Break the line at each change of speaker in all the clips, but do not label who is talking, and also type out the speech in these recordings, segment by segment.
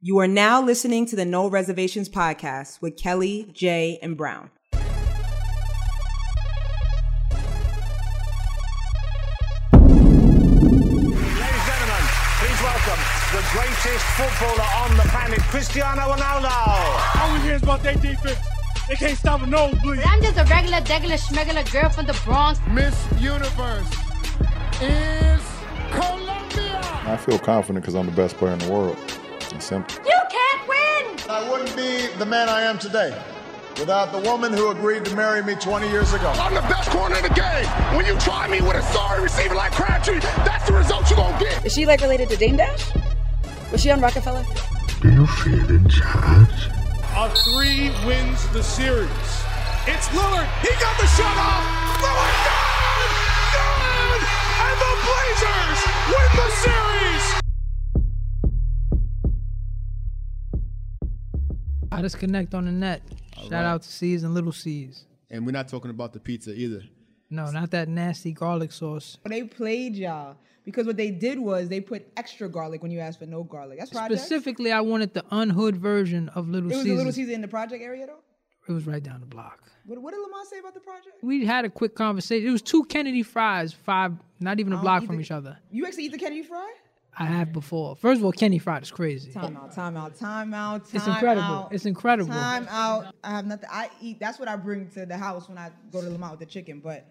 You are now listening to the No Reservations podcast with Kelly, Jay, and Brown.
Ladies and gentlemen, please welcome the greatest footballer on the planet, Cristiano Ronaldo.
All we hear is about their defense. They can't stop a nosebleed.
I'm just a regular, degular, schmegular girl from the Bronx.
Miss Universe is Columbia.
I feel confident because I'm the best player in the world. It's simple.
You can't win!
I wouldn't be the man I am today without the woman who agreed to marry me 20 years ago.
I'm the best corner in the game. When you try me with a sorry receiver like Crabtree, that's the result you're going to get.
Is she like related to Dame Dash? Was she on Rockefeller?
Do you feel in charge?
Our three wins the series.
It's Lillard. He got the shot off. Lillard down! Down! And the Blazers win the series.
I disconnect on the net. Shout out to C's and Little C's.
And we're not talking about the pizza either.
No, not that nasty garlic sauce.
They played y'all because what they did was they put extra garlic when you asked for no garlic. That's project.
Specifically, I wanted the unhood version of Little
It was
C's.
a little Caesar in the project area though.
It was right down the block.
What, what did Lamont say about the project?
We had a quick conversation. It was two Kennedy fries, five, not even a block from each other.
You actually eat the Kennedy fry?
I have before. First of all, Kennedy fried is crazy.
Time out, time out, time out, time
It's incredible.
out.
It's incredible.
Time out. I have nothing. I eat. That's what I bring to the house when I go to Lamont with the chicken. But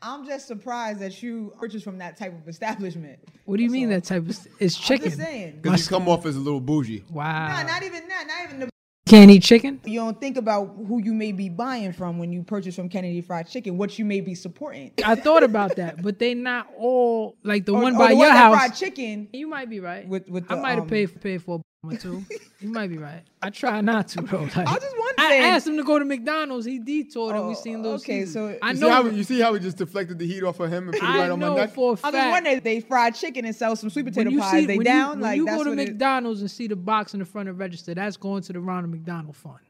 I'm just surprised that you purchased from that type of establishment.
What do you mean that type of? St- it's chicken.
saying.
My
Because you come off as a little bougie.
Wow.
Nah, not even that. Not even the
Can't eat chicken.
you don't think about who you may be buying from when you purchase from Kennedy Fried Chicken, what you may be supporting.
I thought about that, but they not all like the
Or-
one
or
by
the
your
one that
house.
Fried chicken.
You might be right.
With- with
I
the,
might have
um,
paid for paid for a or two. you might be right. I try not to though. Like,
I just wanted
I
to-
asked him to go to McDonald's. He detoured, and
Oh,
we seen those.
okay, so-
I
You
know.
see, how, you see how he just deflected the heat off of him and put it right
I
on my
know
neck?
for a
I
fact.
mean, when they, they fried chicken and sell some sweet
when
potato
you
pies,
see
they
when
down
you, when
like
you
that's
go to
what it-
McDonald's and see the box in the front of the register, that's going to the Ronald McDonald Fund.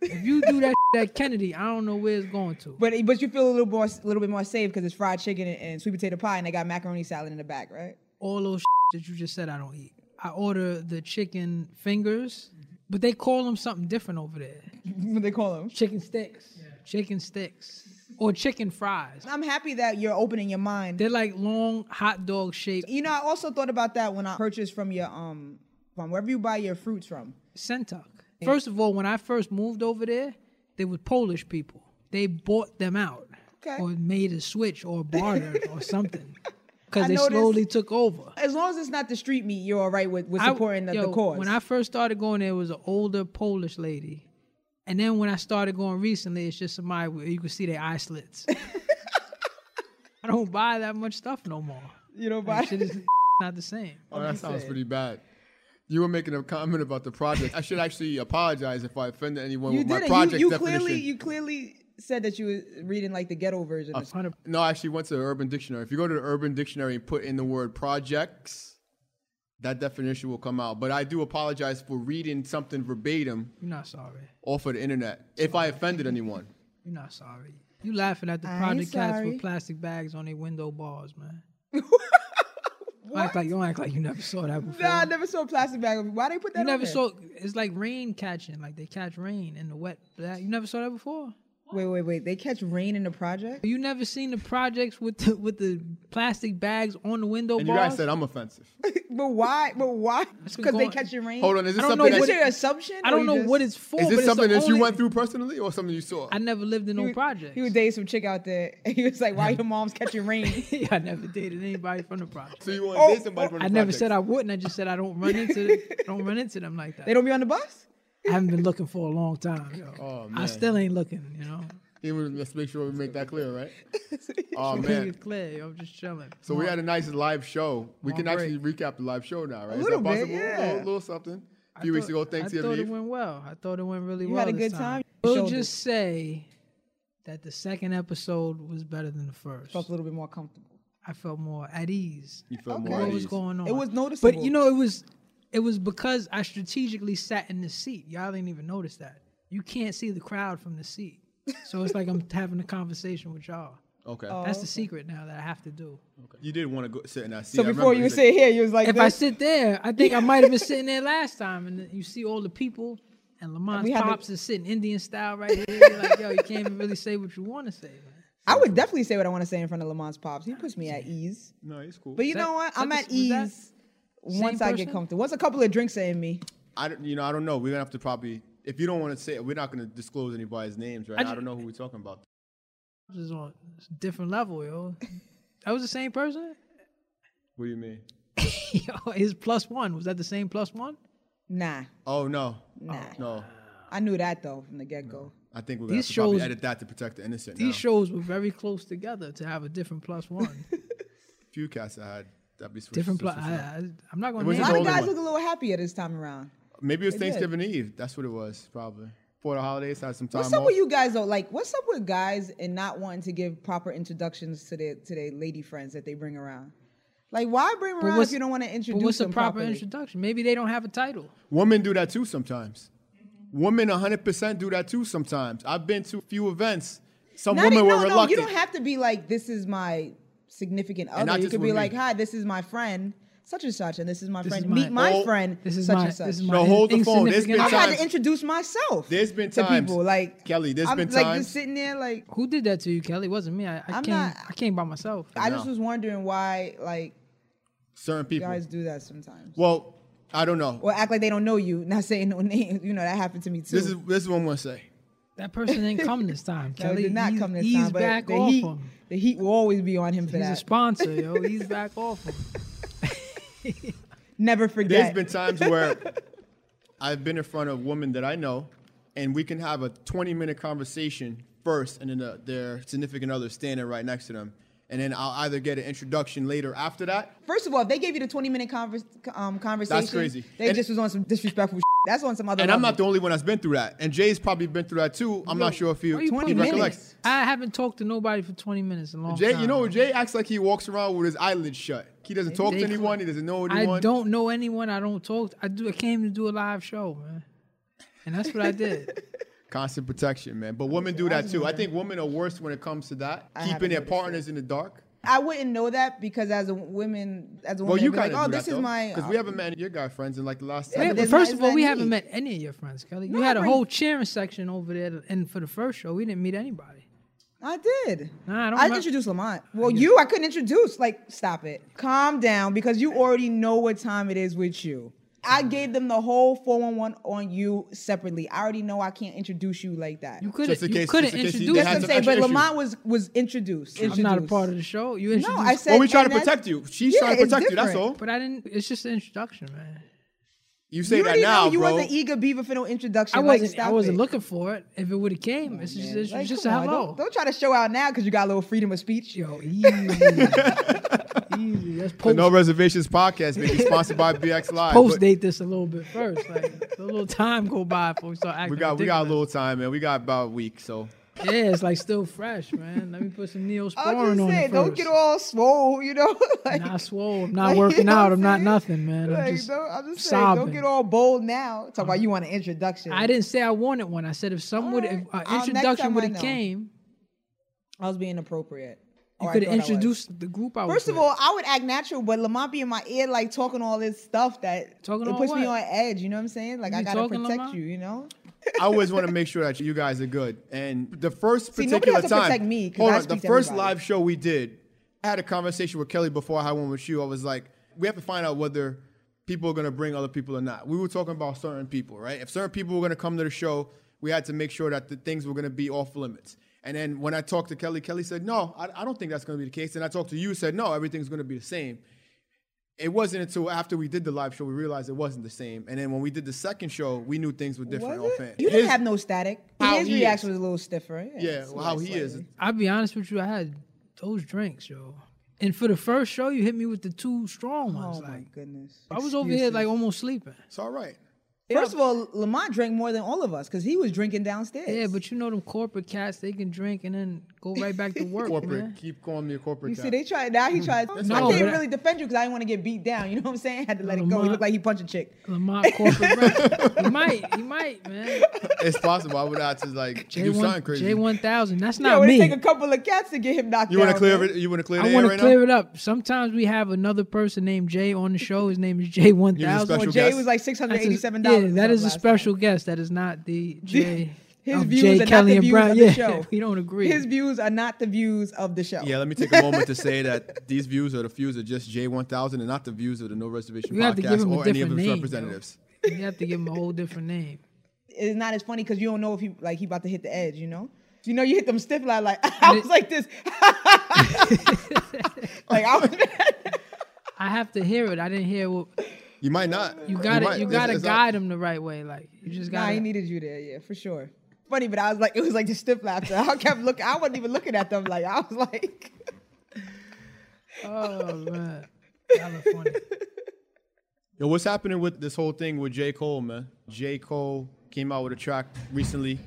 If you do that at Kennedy, I don't know where it's going to.
But but you feel a little more a little bit more safe because it's fried chicken and, and sweet potato pie, and they got macaroni salad in the back, right?
all those that you just said I don't eat. I order the chicken fingers, but they call them something different over there.
what they call them.
Chicken sticks, chicken sticks, or chicken fries.
I'm happy that you're opening your mind.
They're like long hot dog shaped.
you know, I also thought about that when I purchased from your um from wherever you buy your fruits from.
Sentuck. First of all, when I first moved over there, they were Polish people. They bought them out
Okay.
or made a switch or bartered or something because
I
they
noticed-
slowly took over.
As long as it's not the street meat, you're all right with, with
I-
supporting the, the
yo,
cause.
When I first started going there, it was an older Polish lady. And then when I started going recently, it's just somebody where you can see their eye slits. I don't buy that much stuff no more.
you know,
That
buy
shit is not the same.
Oh, that sounds pretty bad. You were making a comment about the project. I should actually apologize if I offended anyone
you
with
did
my
it.
project
You, you
definition.
clearly you clearly said that you were reading like the ghetto version. or something.
Uh, No, I actually went to the Urban Dictionary. If you go to the Urban Dictionary and put in the word projects, that definition will come out. But I do apologize for reading something verbatim
You're not sorry.
off of the internet if I offended anyone.
You're not sorry. You laughing at the
I ain't
project cats
sorry.
with plastic bags on their window bars, man. Act like you don't act like you never saw that before.
Nah, I never saw a plastic bag. Why they put that?
you
on
never
there?
saw. It's like rain catching. Like they catch rain in the wet. You never saw that before.
Wait, wait, wait. They catch rain in the project.
You never seen the projects with the, with the plastic bags on the window
And you
bars?
guys said I'm offensive.
But why? But why?
been
Because they
going-
catch your rain.
Hold on, is this
I don't know
something
what
Is
that,
your assumption?
I don't know what it's for.
is
but
this
it's
something
the
that you
only-
went through personally or something you saw?
I never lived in no project.
He was dating some chick out there, and he was like, "Why your mom's catching rain?"
yeah, I never dated anybody from the project.
so you want
Oh,
to date somebody from the
I never
projects.
said I wouldn't. I just said I don't run into I don't run into them like that.
they don't be on the bus.
I haven't been looking for a long time. yo.
Oh,
I
man.
still ain't looking. You know,
Even- Let's make sure we make that clear, right? oh,
Keep
man.
it clear. yo, I'm just chilling.
So we had a nice live show. We
Come
can
on,
actually recap the live show now, right? Is
little
that
bit,
possible?
yeah.
A little, little something. A few weeks ago,
I thought it
Thanksgiving Eve.
went well. I thought it went really
You
well.
had a
this
good time?
We'll
Shoulders.
just say that the second episode was better than the first.
Felt a little bit more comfortable.
I felt more at ease.
You felt
Okay. What
more at
What was
ease.
going on?
It was
But
noticeable.
you know, it was it was because I strategically sat in the seat. Y'all didn't even notice that. You can't see the crowd from the seat, so it's like I'm having a conversation with y'all.
Okay.
That's
Oh,
the secret now that I have to do.
You did want to go sit in that seat.
So
I
before
remember
you
was
sit here, you was like,
if I
this.
sit there, I think I might have been sitting there last time, and you see all the people, and Lamont's
We had to-
pops is sitting Indian style right here. You're like, yo, you can't even really say what you want to say. Man.
I would definitely say what I want to say in front of Lamont's pops. He puts me at ease.
No, he's cool.
But you
That-
know what?
that
I'm
the-
at
was that
ease once I get
person?
comfortable. Once a couple of drinks are in me.
I don't, you know, I don't know. We're gonna have to probably, if you don't want to say, it, we're not gonna disclose anybody's names, right?
I
I,
ju-
don't know who we're talking about.
Pops is on a different level, yo. That was the same person.
What do you mean?
Yo, his plus one was that the same plus one?
Nah,
Oh no,
nah.
no.
I knew that though from the get go.
I think we're gonna
These
have to probably
shows-
edit that to protect the innocent.
These
now.
shows were very close together to have a different plus one.
few casts I had that be switched.
different plus.
switched
I,
up.
I, I'm not going
was
to
A
the
lot
name
of
only
it.
guys
one.
look a little happier this time around.
Maybe it was
They did.
Thanksgiving Eve. That's what it was, probably. For the holidays, I had some time
What's up
off.
with you guys though? Like, what's up with guys and not wanting to give proper introductions to their to their lady friends that they bring around? Like, why bring them around if
what's-
you don't want to
But
introduce
what's the
them
proper
properly?
introduction? Maybe they don't have a title.
Women do that too sometimes. Women 100% do that too sometimes. I've been to a few events. Some
Not
women
even-
were
no, no, you
reluctant.
don't have to be like, this is my significant
not
other. You
just
could
with
be
me.
like, hi, this is my friend, such and such, and this is my friend.
is
Meet
my-
my
Oh,
friend,
This is
such
my.
and such.
This is my.
No, hold the phone. There's
insignificant-
been
I've had
times-
to introduce myself.
There's been
to
times-
people like
Kelly,
there's
there's been
like
times-
just sitting there like
Who did that to you, Kelly? It wasn't me. I, I
I'm
came.
not-
I came by myself.
I just
No.
was wondering why like
Certain people.
guys do that sometimes.
Well, I don't know.
Or act like they don't know you, not saying no names. You know that happened to me too.
this is this is what I'm gonna say.
That person didn't come this time,
No, it
Kelly.
did not
Ease-
come this
ease
time, but
back
the
off
heat,
him.
the heat will always be on him for
He's a
that.
sponsor, yo. He's back off him.
Never
There's
forget.
been times where I've been in front of women that I know, and we can have a 20 minute conversation first, and then the, their significant other standing right next to them, and then I'll either get an introduction later after that.
First of all, if they gave you the 20 minute converse, um, conversation,
crazy.
They
And-
just was on some disrespectful. shit. That's on some other.
And I'm not the
level.
only one that's been through that, and Jay's probably been through that too. I'm not sure if he,
Why you
he
putting-
recollects.
I haven't talked to nobody for 20 minutes in a long
Jay,
time.
you know, Jay acts like he walks around with his eyelids shut. He doesn't talk to anyone. He doesn't know anyone.
I don't know anyone. I don't talk. I do. I came to do a live show, man. And that's what I did.
Constant protection, man. But women do that too. I think women are worse when it comes to that.
haven't
Keeping their
noticed that.
partners in the dark.
I wouldn't know that because as a woman, as a woman,
Well, you
I'd be
kind of
like, oh,
do
this
that
is my.
because we haven't met your guy friends in like the last
Wait,
seven.
there's
first
not-
of all,
it's
we
not
haven't
me.
met any of your friends, Kelly.
No,
you
I
had a
bring-
whole cheering section over there, and for the first show, we didn't meet anybody.
I did.
Nah, I don't remem-
introduced Lamont. Well, you, I couldn't introduce. Like, stop it. Calm down because you already know what time it is with you. I gave them the whole 411 on you separately. I already know I can't introduce you like that.
You
Just in
couldn't. You
case-
couldn't
just in case you did
introduce.
That's what
had
I'm
some
us.
saying. But
extra
Lamont was was introduced.
I'm not a part of
introduced.
the show. You
No,
introduced.
I said.
Well, we trying to
and that's-
protect you. She's
Yeah,
trying to
it's
protect you. That's
different.
all.
But I didn't. It's just an introduction, man.
You say
you
that
already
now,
know you
bro.
wasn't eager beaver for no introduction.
I wasn't.
Like, stop
I wasn't
it.
looking for it. If it would have came, it's just, it's
Oh, Like,
just a
come on,
hello.
Don't, don't try to show out now because you got a little freedom of speech.
Yo, easy, easy. Let's
The
post,
No Reservations podcast may be sponsored by BX Live.
post
but
date this a little bit first. Like a little time go by before we start acting.
We got we got a
ridiculous.
little time, man. We got about a week, so
Yeah, it's like still fresh, man. Let me put some
I
neosporin
was
on
just
it
saying, don't
first.
get all swole, you know. like,
Not swole. I'm not
like, you
working
know
out.
what
I'm not
saying?
nothing, man. I'm
like,
just,
don't, I'm just Uh-huh. saying,
sobbing.
don't get all bold now. Talk about you want an introduction.
I didn't say I wanted one. I said if some would, if
Alright.
an
I'll- next
introduction
time I
would have
know.
came,
I was being appropriate.
you
Or Oh, I
could have
thought I was.
introduced the group. I was
First of
with.
all, I would act natural, but Lamont be in my ear like talking all this stuff that
Talking
it
all
puts me on
what?
edge. You know what I'm saying? Like
You
I gotta
talking,
protect
Lamont?
you. You know.
I always want to make sure that you guys are good. And the first
See,
particular
nobody has to
time,
protect me 'cause
hold
I
on, the
speak to
first
everybody.
live show we did, I had a conversation with Kelly before I had one with you. I was like, we have to find out whether people are gonna bring other people or not. We were talking about certain people, right? If certain people were gonna come to the show, we had to make sure that the things were gonna be off limits. And then when I talked to Kelly, Kelly said, no, I, I don't think that's gonna be the case. And I talked to you, said, no, everything's gonna be the same it wasn't until after we did the live show we realized it wasn't the same. And then when we did the second show, we knew things were different.
Was it?
offhand.
You didn't
His-
have no static.
How
His
he is.
reaction was a little stiffer. Yeah,
yeah,
it's
well, how
like
he is.
slightly.
I'll be honest with you, I had those drinks, yo. And for the first show, you hit me with the two strong ones.
Oh
like
my goodness.
I was over here like almost sleeping.
It's all right.
First of all, Lamont drank more than all of us because he was drinking downstairs.
Yeah, but you know them corporate cats, they can drink and then Go right back to work.
corporate.
man.
Keep calling me a corporate.
You see,
guy.
they try now. He tries.
That's
I
all
can't
right.
really defend you because I didn't want to get beat down. You know what I'm saying? had to let it go. He
Lamont-
looked like he punched a chick.
Lamont corporate. rep. he might. He might, man.
It's possible. I would have to like do something crazy.
J one thousand. That's
Yeah,
not
it would
me.
take a couple of cats to get him knocked
you want to
down,
clear
man.
it? You want to clear the
I
air
want to
right
clear
now?
it up. Sometimes we have another person named Jay on the show. His name is Jay one
special
thousand.
Jay
guest.
was like six hundred eighty-seven dollars.
Yeah, that is a special guest. That is not the Jay.
His
of
views
Jay
are not
Kelly
the
and
views
Brown.
of the
yeah,
show.
we don't agree.
His views are not the views of the show.
Yeah, let me take a moment to say that these views are the views of just J1000 and not the views of the No Reservation
We have to give
podcast
him a
or any of
different
its
name,
representatives.
you have to give him a whole different name.
It's not as funny because you don't know if he like he about to hit the edge. You know. You know, you hit them stiff line like I was like this. like I was.
I have to hear it. I didn't hear what
You might not.
you got. to
might.
You
It's-
got to
it's not-
guide him the right way. Like you just
Nah,
got.
he
to
needed you there, yeah, for sure. Funny, but I was like, it was like the stiff laughter. I kept looking. I wasn't even looking at them. Like I was like,
Oh man, y'all are funny.
Yo, what's happening with this whole thing with J. Cole, man? J. Cole came out with a track recently.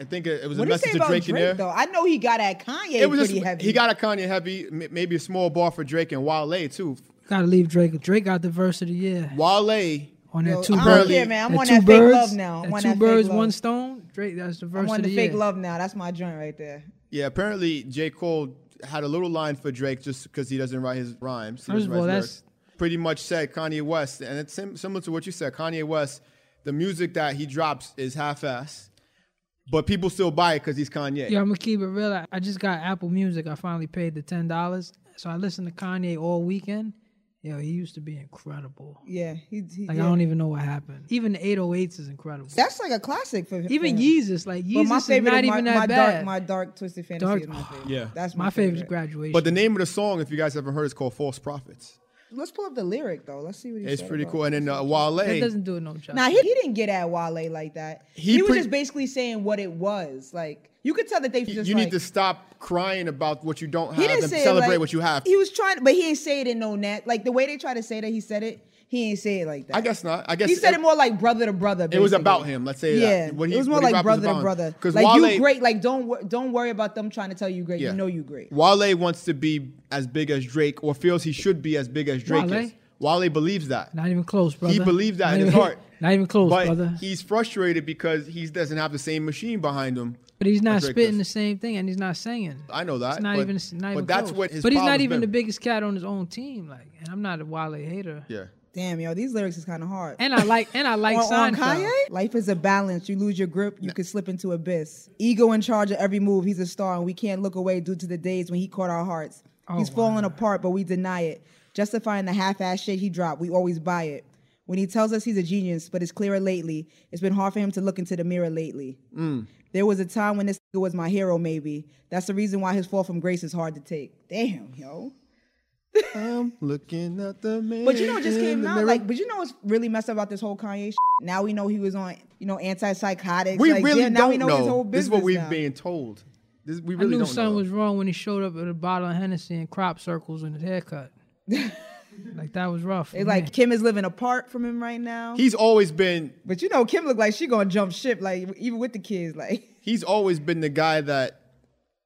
I think it it was
what
a
do you say
message to
about Drake,
Drake, in there.
though? I know he got at Kanye
It was
pretty
just,
heavy.
he got a Kanye heavy, m- maybe a small bar for Drake and Wale too.
Gotta leave Drake. Drake got the verse of the year
Wale,
on
Yo,
that two
I don't
birds.
care, man. I'm
that
on
two
that fake
birds,
love now. I'm
that
on
two
that fake
birds,
love.
one stone. Drake, that's the verse
I'm on
of
the
the,
fake
year.
love now. That's my joint right there.
yeah. Apparently, J. Cole had a little line for Drake just because he doesn't write his rhymes. He
First
doesn't
of
write
all,
his
that's-
lyrics. pretty much said Kanye West, and it's sim- similar to what you said. Kanye West, the music that he drops is half-assed, but people still buy it because he's Kanye.
Yeah, I'm gonna keep it real. I- I just got Apple Music. I finally paid the ten dollars, so I listened to Kanye all weekend. Yo, he used to be incredible.
Yeah, he. he
Like
yeah.
I don't even know what happened. Even the 808s is incredible.
That's like a classic for him.
even
for him.
Yeezus, like
But
Yeezus
my
is
favorite
not
is my,
even that
my
bad.
dark, my dark twisted fantasy
Dark-
is my favorite.
Yeah.
that's my,
my favorite is
favorite.
graduation.
But the name of the song, if you guys haven't heard, is called False Prophets.
Let's pull up the lyric though. Let's see what he
It's
said
pretty
about
cool.
it.
And then uh, Wale,
that doesn't do it no justice.
Now he, he didn't get at Wale like that. He,
He
was
pre-
just basically saying what it was. Like you could tell that they
you,
just
you
like,
need to stop crying about what you don't
he
have
didn't
and
say it
celebrate
like-
what you have.
He was trying, but he ain't say it in no net. Like the way they try to say that he said it, he ain't say it like that.
I guess not. I guess
he said it, more like brother to brother.
It was
basically.
about him, let's say that.
yeah,
What he-
it was more
what he
like
rapped
brother
was
to
about him.
brother.
'Cause
Like you
Wale-
great. Like don't wor- don't worry about them trying to tell you great.
Yeah.
You know you great.
Wale wants to be as big as Drake or feels he should be as big as Drake
Wale?
is. Wale believes that.
not even close, brother.
He believes that
Not
in his
even-
heart.
Not even close,
but
brother.
he's frustrated because he doesn't have the same machine behind him.
But he's not
Drake
spitting the
does.
same thing, and he's not singing.
I know that,
It's not
but-
even. It's not
but
even
that's
close.
what his
But he's not
problem's been.
even the biggest cat on his own team. Like, and I'm not a Wale hater.
Yeah.
Damn, yo, these lyrics is kind of hard.
And I like. And I like
on, on
Seinfeld.
Kanye? Life is a balance. You lose your grip, you could slip into abyss. Ego in charge of every move. He's a star, and we can't look away due to the days when he caught our hearts. He's falling apart, but we deny it. Justifying the half-ass shit he dropped, we always buy it. When he tells us he's a genius, but it's clearer lately, it's been hard for him to look into the mirror lately. There was a time when this nigga was my hero, maybe. That's the reason why his fall from grace is hard to take. Damn, yo.
I'm looking at the man.
But you know, it just
in
came
the
out.
mirror.
Like, but you know, what's really messed up about this whole Kanye. Shit? Now we know he was on, you know, antipsychotics.
we
like,
really
yeah,
don't
now we know,
know.
his whole business.
this is what we've
now.
been told. This, we
I
really
knew
don't know.
something was wrong when he showed up with a bottle of Hennessy and crop circles and his haircut. like that was rough. for
It's like
me.
Kim is living apart from him right now.
He's always been
but you know, Kim looked like she gonna jump ship, like even with the kids. Like
he's always been the guy that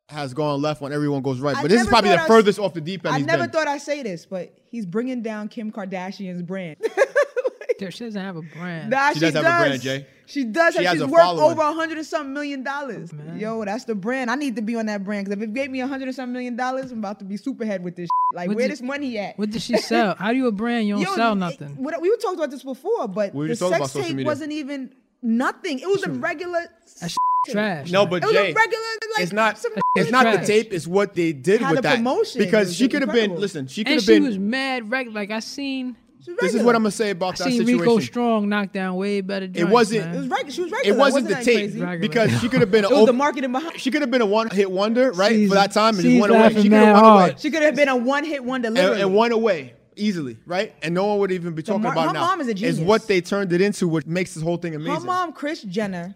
has gone left when everyone goes right.
I
But this is
never
probably
thought
the
I was-
furthest off the deep end.
I
he's
never
been.
thought I'd say this, but he's bringing down Kim Kardashian's brand.
There- she doesn't have a brand.
nah, she,
She does have a brand, Jay.
She does.
She
have,
has
she's
a
worth
following.
over a hundred and some million dollars. Yo, that's the brand. I need to be on that brand because if it gave me a hundred and some million dollars, I'm about to be superhead with this. shit. Like,
What
where
did-
this money at?
What did she sell? How do you a brand? You don't
Yo,
sell
it-
nothing.
what- we were talking about this before, but
We were
the
just talking about
sex
social
tape
media.
wasn't even nothing. It was a regular.
That
s-
shit trash.
No,
Like,
but
It was
Jay,
a regular. Like,
it's not.
some-
It's not the
trash.
tape. It's what they did
How
with
the
that
promotion
because
was
she could have been.
incredible.
Listen, she could
and
have
she
been.
was mad reg like I seen
She was
this is
regular.
what I'm gonna say about
I
that
seen
situation.
Rico Strong knock down way better joints,
wasn't-
man.
It was regular. She was
It
regular.
wasn't the
that
tape
crazy?
Regular.
because she could have been.
It was the
over,
marketing behind.
she could have been a one-hit wonder, right?
She's-
For that time, and just
she's
went away.
laughing
She could
mad
have went away
hard.
She could have been a one-hit wonder.
and,
Literally.
and went away easily, right? And no one would even be talking
mar-
about
her
now.
mom is a genius.
Is what they turned it into, what makes this whole thing
Her
amazing.
mom, Chris Jenner,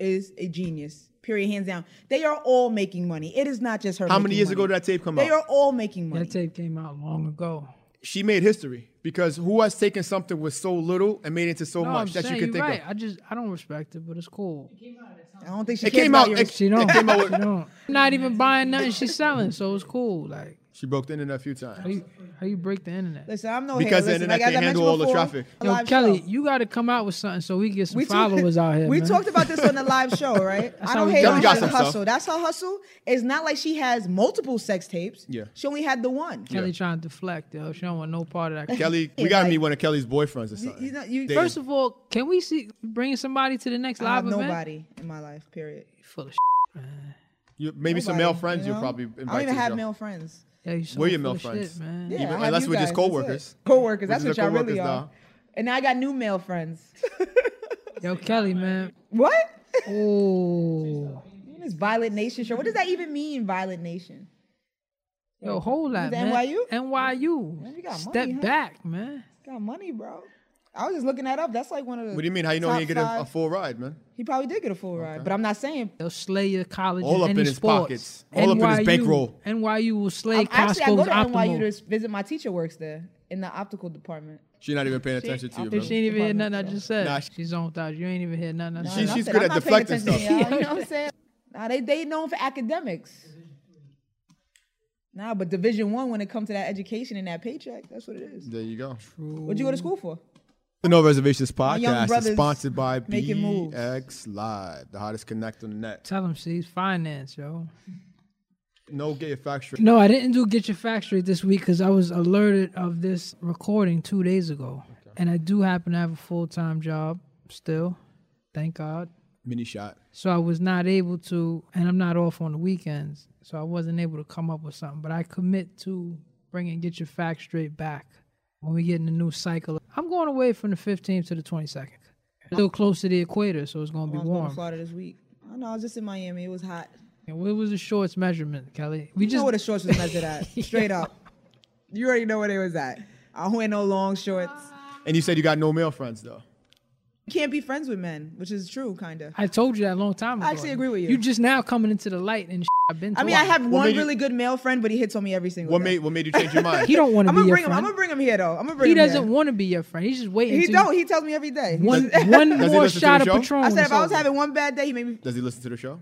is a genius. Period. Hands down. They are all making money. It is not just her.
How many
making
years
money.
ago did that tape come
They
out?
are all making money.
that tape came out long ago.
she made history. Because who has taken something with so little and made it into so
no, I'm
much that
saying,
you can
you
think
right.
of?
I just I don't respect it, but it's cool.
I don't think she
It
cares
came
about
out.
your-
It,
She
it
don't.
came out.
She
With,
don't. Not even buying nothing she's selling, so it's cool. Like
she broke the internet a few
how
times.
you, how you break the internet?
Listen, I'm no
Because
hater.
the
Listen,
internet
like, as
can't
I
handle
mentioned
all the
before,
traffic.
a
Yo,
live
Kelly,
show.
you got to come out with something so we get some
We talked-
followers out here.
We
man.
talked about this on the live show, right? I
how
don't
we
hate
got-
on
we got
her
some stuff.
hustle. That's her hustle. It's not like she has multiple sex tapes.
Yeah.
She only had the one.
Kelly trying to deflect, yo. She don't want no part of that.
Kelly,
Yeah,
we gotta
like-
meet one of Kelly's boyfriends or something.
you know, you-
They-
First of all, can we see bring somebody to the next
I have
live event?
nobody in my life, period.
Full of shit.
you- maybe some
Nobody,
male friends
you
you will
know?
probably
I
invite.
don't even
to the
have
show.
male friends.
Yeah, you so
We're your
full
male
of shit,
friends.
man.
Yeah,
Even-
I have
unless
you
we're just
guys, that's it.
coworkers.
Coworkers, that's
We're
what
just
y'all
coworkers,
really are.
dawg.
And now I got new male friends.
Yo, Kelly, man.
what?
Oh,
This Violent Nation show. What does that even mean, Violent Nation?
yo, hold that,
With
man.
NYU?
NYU.
you got
Step
money, huh?
back, man.
Got money, bro. I was just looking that up. That's like one of the.
What do you mean? How you know
top
he ain't get a, a
five-
full ride, man?
He probably did get a full ride, but I'm not saying.
They'll slay your college
All
in
up in
any
his
sports.
pockets. All up in his
NYU
bankroll.
NYU will slay
I'm,
Costco's
actually, I go to
Optimal.
NYU to s- visit my teacher works there in the optical department.
She's not even paying attention to you,
She
man.
ain't even hear nothing I just said.
Nah, she-
She's on thought. You ain't even hear nothing. I
Nah,
She-
said.
and I
she's
said,
good
I'm
at
not paying
deflecting
attention to y'all, you know what I'm saying? Nah, they they known for academics. Nah, but Division One when it comes to that education and that paycheck, that's what it is.
There you go.
What'd you go to school for?
The No Reservations
young
podcast is
brothers
sponsored by
making moves.
BX Live, the hottest connect on the net.
Tell them she's finance, yo.
No gay factory.
No, I didn't do Get Your Facts Straight this week because I was alerted of this recording two days ago. And I do happen to have a full time job still. Thank God.
Mini shot.
So I was not able to, and I'm not off on the weekends. So I wasn't able to come up with something. But I commit to bringing Get Your Facts Straight back when we get in the new cycle. I'm going away from the 15th to the 22nd. Still close to the equator, so it's going to
I
be
was going to
warm.
Florida this week. I know I was just in Miami. It was hot.
And what was the shorts measurement, Kelly? We
You know
just
where the shorts was measured at. Straight up. You already know where they was at. I don't wear no long shorts.
And you said you got no male friends though.
You can't be friends with men, which is true, kind of.
I told you that a long time ago.
I actually agree with you.
You just now coming into the light and shit I've been.
I mean,
through.
I have one
made you-
really good male friend, but he hits on me every single
What
day.
made what made you change your mind?
He don't want to
I'm
be
gonna
your
bring him. I'm
friend.
gonna bring him here though. I'm gonna bring
he
him.
doesn't
Here.
want to be your friend. He's just waiting.
He
till
don't.
You,
He tells me every day.
one one
he
more
listen to the
shot of
show?
Patron.
I said
and
if
it's
I was
over.
having one bad day, he made me.
Does he listen to the show?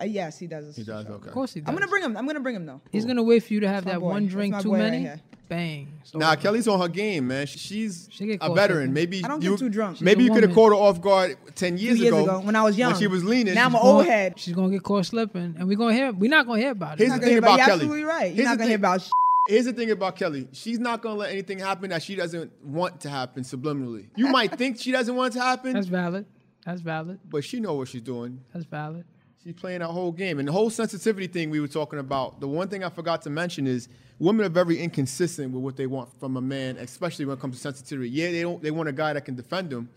Uh, yes, he does.
He does. Okay.
Of course he does.
I'm gonna bring him. I'm gonna bring him though.
He's gonna wait for you to have
my
that
boy.
one
That's
drink
my
too
boy right
many.
here.
Bang. So
Nah, Kelly's on her game, man. She- She's
She get
a
caught
veteran.
slipping.
Maybe
I don't
you,
get too drunk.
Maybe
She's
you
a
could have
woman.
caught her off guard ten
Two
years,
years ago, when I was young,
when she was leaning.
Now I'm an
she's-
old head.
She's gonna get caught slipping, and we're gonna hear. We're not gonna hear about it.
Here's
You're not gonna
the thing
hear
about
about. You're
Kelly.
absolutely right. You're
Here's
not
the
gonna hear
thing-
about. Shit.
Here's the thing about Kelly. She's not gonna let anything happen that she doesn't want to happen subliminally. You might think she doesn't want it to
That's
happen,
valid. That's valid.
but she know what she's doing.
That's valid.
She's playing that whole game. And the whole sensitivity thing we were talking about, the one thing I forgot to mention is women are very inconsistent with what they want from a man, especially when it comes to sensitivity. Yeah, they don't they want a guy that can defend them,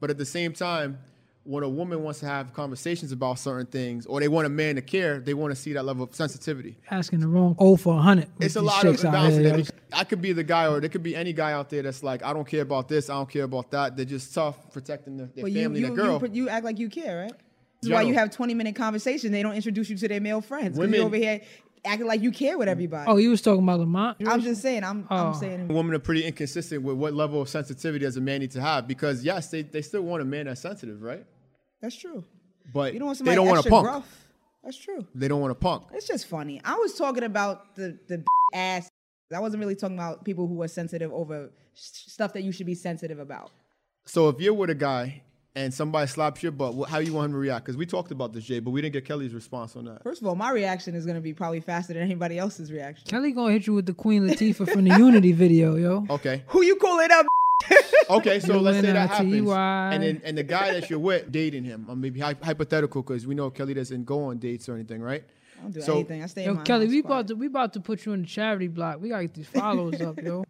but at the same time, when a woman wants to have conversations about certain things or they want a man to care, they want to see that level of sensitivity.
Asking the wrong O for a hundred. with
It's a
these
lot of
chicks out here, yo.
imbalances. I could be the guy, or there could be any guy out there that's like, I don't care about this, I don't care about that. They're just tough protecting their, their
But you,
family,
you,
their girl.
you, put- you act like you care, right? This is why
Yo.
you have 20 minute conversation. They don't introduce you to their male friends. 'cause
Women-
you over here acting like you care with everybody.
Oh, you was talking about Lamont.
I'm just saying. I'm. I'm
Oh.
saying.
women are pretty inconsistent with what level of sensitivity as a man need to have because yes, they, they still want a man that's sensitive, right?
That's true.
But
You don't want
they
somebody
don't want a
extra
punk.
gruff. That's true.
They don't want a punk.
It's just funny. I was talking about the the ass. I wasn't really talking about people who are sensitive over s- stuff that you should be sensitive about.
So if you're with a guy and somebody slaps your butt, wh- how you want him to react? Because we talked about this, Jay, but we didn't get Kelly's response on that.
First of all, my reaction is going to be probably faster than anybody else's reaction.
Kelly gonna hit you with the Queen Latifah from the Unity video, yo.
Okay.
Who you calling up?
Okay, so
You
let's say
and
that
I
E
happens,
TY.
and then and the guy that you're with dating him. I mean, hy- hypothetical because we know Kelly doesn't go on dates or anything, right?
I don't do
So-
anything. I stay in
Yo,
my
Kelly,
house
we
quiet.
about to we about to put you in the charity block. We gotta get these followers up, yo.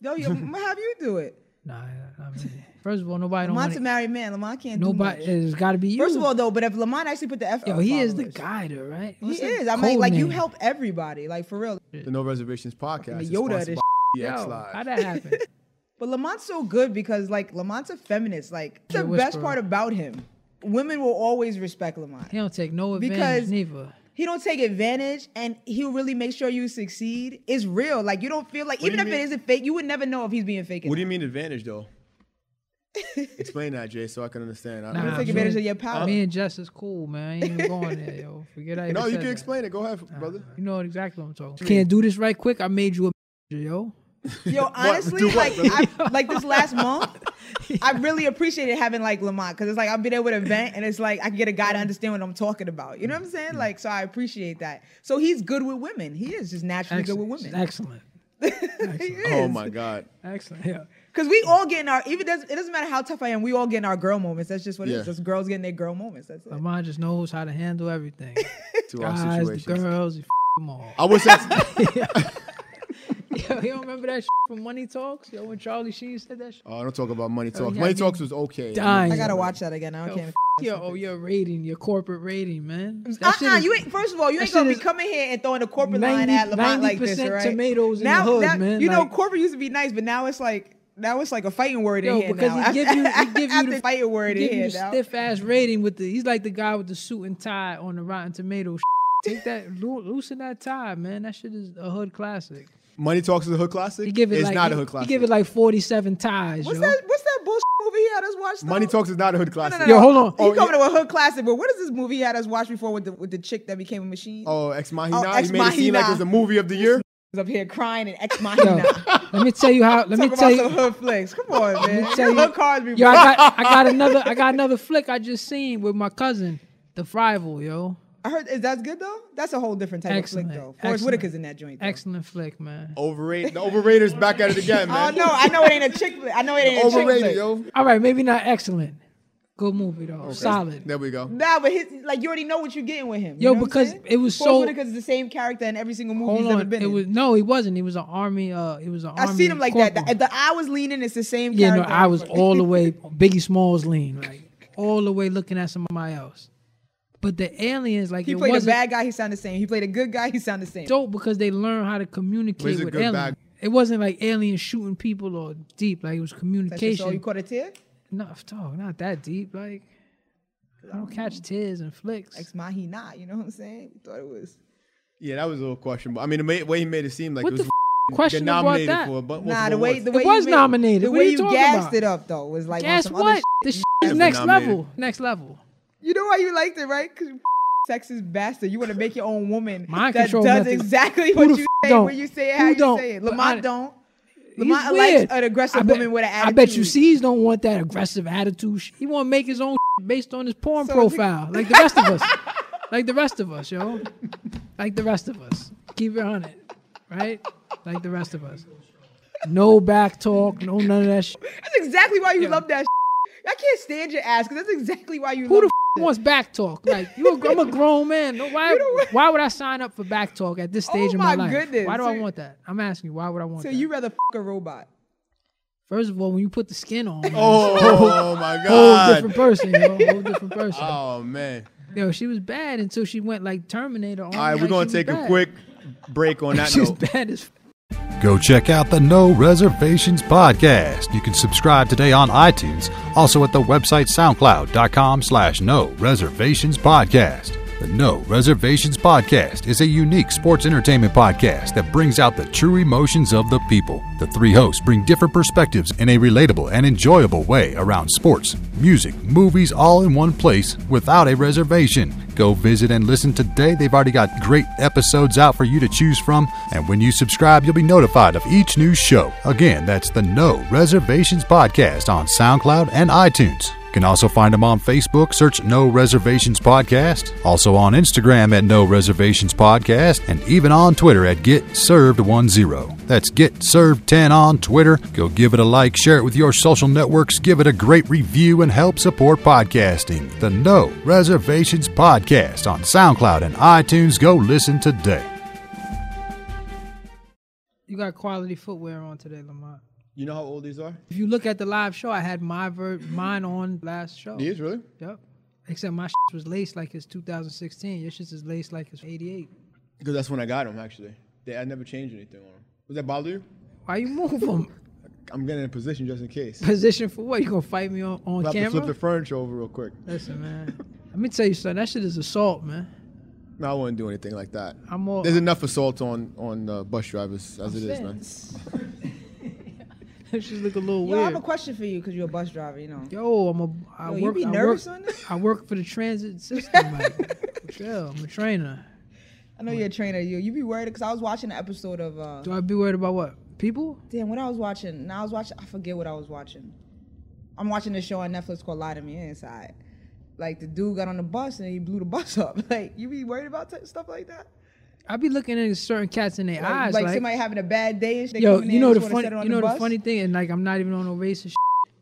Yo, yo, I'm gonna have you do it.
Nah, I mean, first of all, nobody don't want
Lamont's a
to.
married man. Lamont can't
Nobody,
do much.
it's got to be you.
First of all, though, but if Lamont actually put the effort,
yo,
on
he is the
followers-
guy, though, right?
He
What's that
is. I'm like,
code
like you
name?
help everybody, like for real.
The No Reservations podcast.
The
is
Yoda of
sponsored
this
by
Yo,
DX
how
Live.
that happen?
But Lamont's so good because like Lamont's a feminist. Like that's the
Yeah,
best
whisperer.
part about him. Women will always respect Lamont.
he don't take no advantage
Because-
neither.
He don't take advantage, and he'll really make sure you succeed. It's real. Like you don't feel like
What do
even if
you
it
mean?
isn't fake, you would never know if he's being fake. or
What do
not.
you mean advantage though? Explain that, Jay, so I can understand. I-
Nah,
take
me
advantage
and-
of your power.
Me and Jess is cool, man. I ain't even going there, yo. Forget I even
No, you
said
can
that. uh,
explain it. Go ahead, brother.
You know exactly what I'm talking.
mean?
about. Can't do this right quick. I made you a yo.
Yo, honestly,
Do what,
like
brother?
I, like this last month, I really appreciated having like Lamont because it's like I'll be there with a vent and it's like I can get a guy to understand what I'm talking about. You know what I'm saying? Like, so I appreciate that. So he's good with women. He is just naturally
Excellent.
good with women.
Excellent.
He is.
Oh my God.
Excellent. Yeah.
Because we all getting our even doesn't it doesn't matter how tough I am, we all getting our girl moments. That's just what it
Yeah.
is. Just girls getting their girl moments. That's it.
Lamont just knows how to handle everything.
To our
Guys, the
situations.
girls, he f- them all.
I wish that's.
Yo, you don't remember that shit from Money Talks? Yo, when Charlie Sheen said that shit?
oh, don't talk about money talks.
yeah,
money
I
talks was okay.
Dying.
I gotta watch that again. I
Yo,
can't.
f- yo, oh, your rating, your corporate rating, man.
Uh
That shit
uh
is-
you ain't. First of all, you
that
ain't gonna be
shit is
coming here and throwing the corporate line
90
at Lamont like this,
90%
right?
tomatoes in the
now,
hood,
now-
man,
You know,
like-
corporate used to be nice, but now it's like now it's like a fighting word
Yo,
in here.
because
now.
he give you- he give you
After
the-
fighting word in
Give
here.
you
now.
stiff ass rating with the. He's like the guy with the suit and tie on the Rotten Tomatoes. Take that, loo- loosen that tie, man. That shit is a hood classic.
Money talks is a hood classic.
He give it
it's
like
not a
he-
hood classic.
He give it like forty-seven ties.
What's
yo.
that? What's that bullshit movie he had us watch? though?
money talks is not a hood
No,
classic.
no, no.
Yo, hold on.
He
Oh,
coming to a hood classic, but what is this movie he had us watch before with the with the chick that became a machine?
Oh, Ex Machina.
Oh, Ex
he made it seem like it
Machina.
was a movie of the year.
He's up here crying and ex
Yo,
machina.
let me tell you how. Let me
Talk
tell
about some
you.
hood flicks. Come on, man.
me tell
Your
you-
hood cards be
Yo, I got, I got another. I got another flick I just seen with my cousin, The Rival. Yo,
I heard is that's good though. That's a whole different type
Excellent.
of flick though. Forrest
Excellent.
Whitaker's in that joint. Though.
excellent flick, man.
Overrated. The overrated's back at it again,
Oh
man.
no, I know it ain't a chick flick. I know it ain't a chick
Overrated,
flick.
yo.
All right, maybe not excellent. Good movie though. Solid.
There we go.
Nah, but his, like you already know what you're getting with him.
Yo,
you know what I'm
because
saying?
it was
Forrest
so-
Whitaker's the same character in every single movie
Hold
he's ever
on.
been.
It
in.
was no, he wasn't. He was an army. Uh, he was an
I
army.
seen him like that.
corporal.
The, the eye was leaning. It's the same.
Yeah, no,
character.
I was all the way Biggie Smalls lean, like all the way looking at somebody else. But the aliens, like
He
it
played a
wasn't
bad guy. He sounded the same. He played a good guy. He sounded the same.
dope because they learned how to communicate
it
with
good,
aliens.
bad?
It wasn't like aliens shooting people or deep, like it was
That's just all
communication.
you caught a tear.
No, dog, not that deep. Like I don't catch tears and flicks.
Ex Mahina. You know what I'm saying? We thought it was.
Yeah, that was a little questionable. I mean, the ma- way he made it seem like
What
it
the
was
f- question
getting
about
nominated
that?
for a bu- well,
Nah,
for
the way
awards.
the
It
way you
was
made-
nominated.
The way
What are you
you,
talking
gassed
about?
it up though was like on
Guess
some other
what?
shit.
This shit
Yeah,
is
but
next
nominated.
level. Next level.
You know why you liked it, right? Because Texas bastard. You want to make your own woman
Mind
that
control
does
method.
exactly
Who
what
the
you
f-
say
don't?
when you say it,
Who
how you
don't?
say it.
But
Lamont
I-
don't.
He's
Lamont
weird.
likes an aggressive
I bet-
woman with an
I bet you
attitude.
C's don't want that aggressive attitude. He want to make his own based on his porn
So if you-
profile, like the rest of us, like the rest of us, yo, like the rest of us. Keep it on it, right? Like the rest of us. No back talk, no none of that shit.
That's exactly why you
Yeah.
love that. Shit. I can't stand your ass because that's exactly why you
Who
love.
the f- wants back talk? Like you, a, I'm a grown man. No, why?
You know what?
Why would I sign up for back talk at this stage
Oh
of my,
my
life?
goodness.
Why do
So
I
you-
want that? I'm asking you. Why would I want
so
that?
you rather fuck a robot?
First of all, when you put the skin on, oh,
Oh my
whole
god.
different person, yo, whole different person.
Oh man.
Yo, she was bad until she went like Terminator. On
All right,
me,
we're
like,
gonna
she was
take a
bad.
quick break on that
She's
note.
bad as. F-
Go check out the No Reservations podcast. You can subscribe today on iTunes, also at the website soundcloud.com slash No Reservations Podcast. The No Reservations Podcast is a unique sports entertainment podcast that brings out the true emotions of the people. The three hosts bring different perspectives in a relatable and enjoyable way around sports, music, movies, all in one place without a reservation. Go visit and listen today. They've already got great episodes out for you to choose from. And when you subscribe, you'll be notified of each new show. Again, that's the No Reservations Podcast on SoundCloud and iTunes. You can also find them on Facebook, search No Reservations Podcast, also on Instagram at No Reservations Podcast, and even on Twitter at Get Served 10. That's Get Served 10 on Twitter. Go give it a like, share it with your social networks, give it a great review, and help support podcasting. The No Reservations Podcast on SoundCloud and iTunes. Go listen today.
you got quality footwear on today, Lamont.
You know how old these are?
If you look at the live show, I had my ver- mine on last show.
These really?
Yep. Except my was laced like it's 2016. Your shit is laced like it's 88.
Because that's when I got them actually. They, I never changed anything on them. Does that bother you?
Why you move them?
I'm getting in position just in case.
Position for what? You gonna fight me on, on
I'll have to flip the
camera?
furniture over real quick.
Listen, man. Let me tell you something. That shit is assault, man.
No, I wouldn't do anything like that.
I'm all-
There's enough assault on on uh, bus drivers as it is, man.
That shit look a little
Yo, I have
weird.
a question for you because you're a bus driver, you know.
Yo, I'm a. I
Yo,
work,
you be
I
nervous
work,
on
I work for the transit system. Like, chill, I'm a trainer.
I know you're a trainer. You you be worried because I was watching an episode of. Uh,
Do I be worried about what people?
Damn, what I was watching. Now I was watching. I forget what I was watching. I'm watching this show on Netflix called "Lie to Me Inside." Like the dude got on the bus and he blew the bus up. Like you be worried about t- stuff like that?
I be looking at certain cats in their
Like,
eyes.
like
Like,
somebody having a bad day and shit. they
yo,
come in there
you know
and
the
just wanna
funny,
sit on
you know the
bus?
funny thing, and like I'm not even on no racist, shit,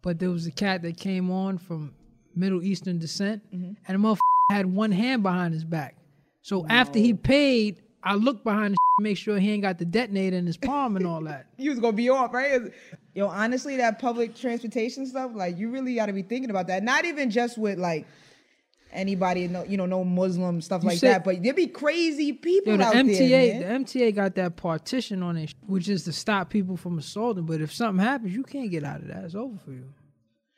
but there was a cat that came on from Middle Eastern descent,
Mm-hmm.
and the motherfucker had one hand behind his back. So after he paid, I looked behind the shit, make sure he ain't got the detonator in his palm and all that.
You was gonna be off, right? Yo, honestly, that public transportation stuff, like you really got to be thinking about that. Not even just with like anybody, no, you know, no Muslim stuff
You
like
said-
that, but there be crazy people
Yo, the
out
MTA,
there. man.
the MTA got that partition on it, which is to stop people from assaulting. But if something happens, you can't get out of that. It's over for you.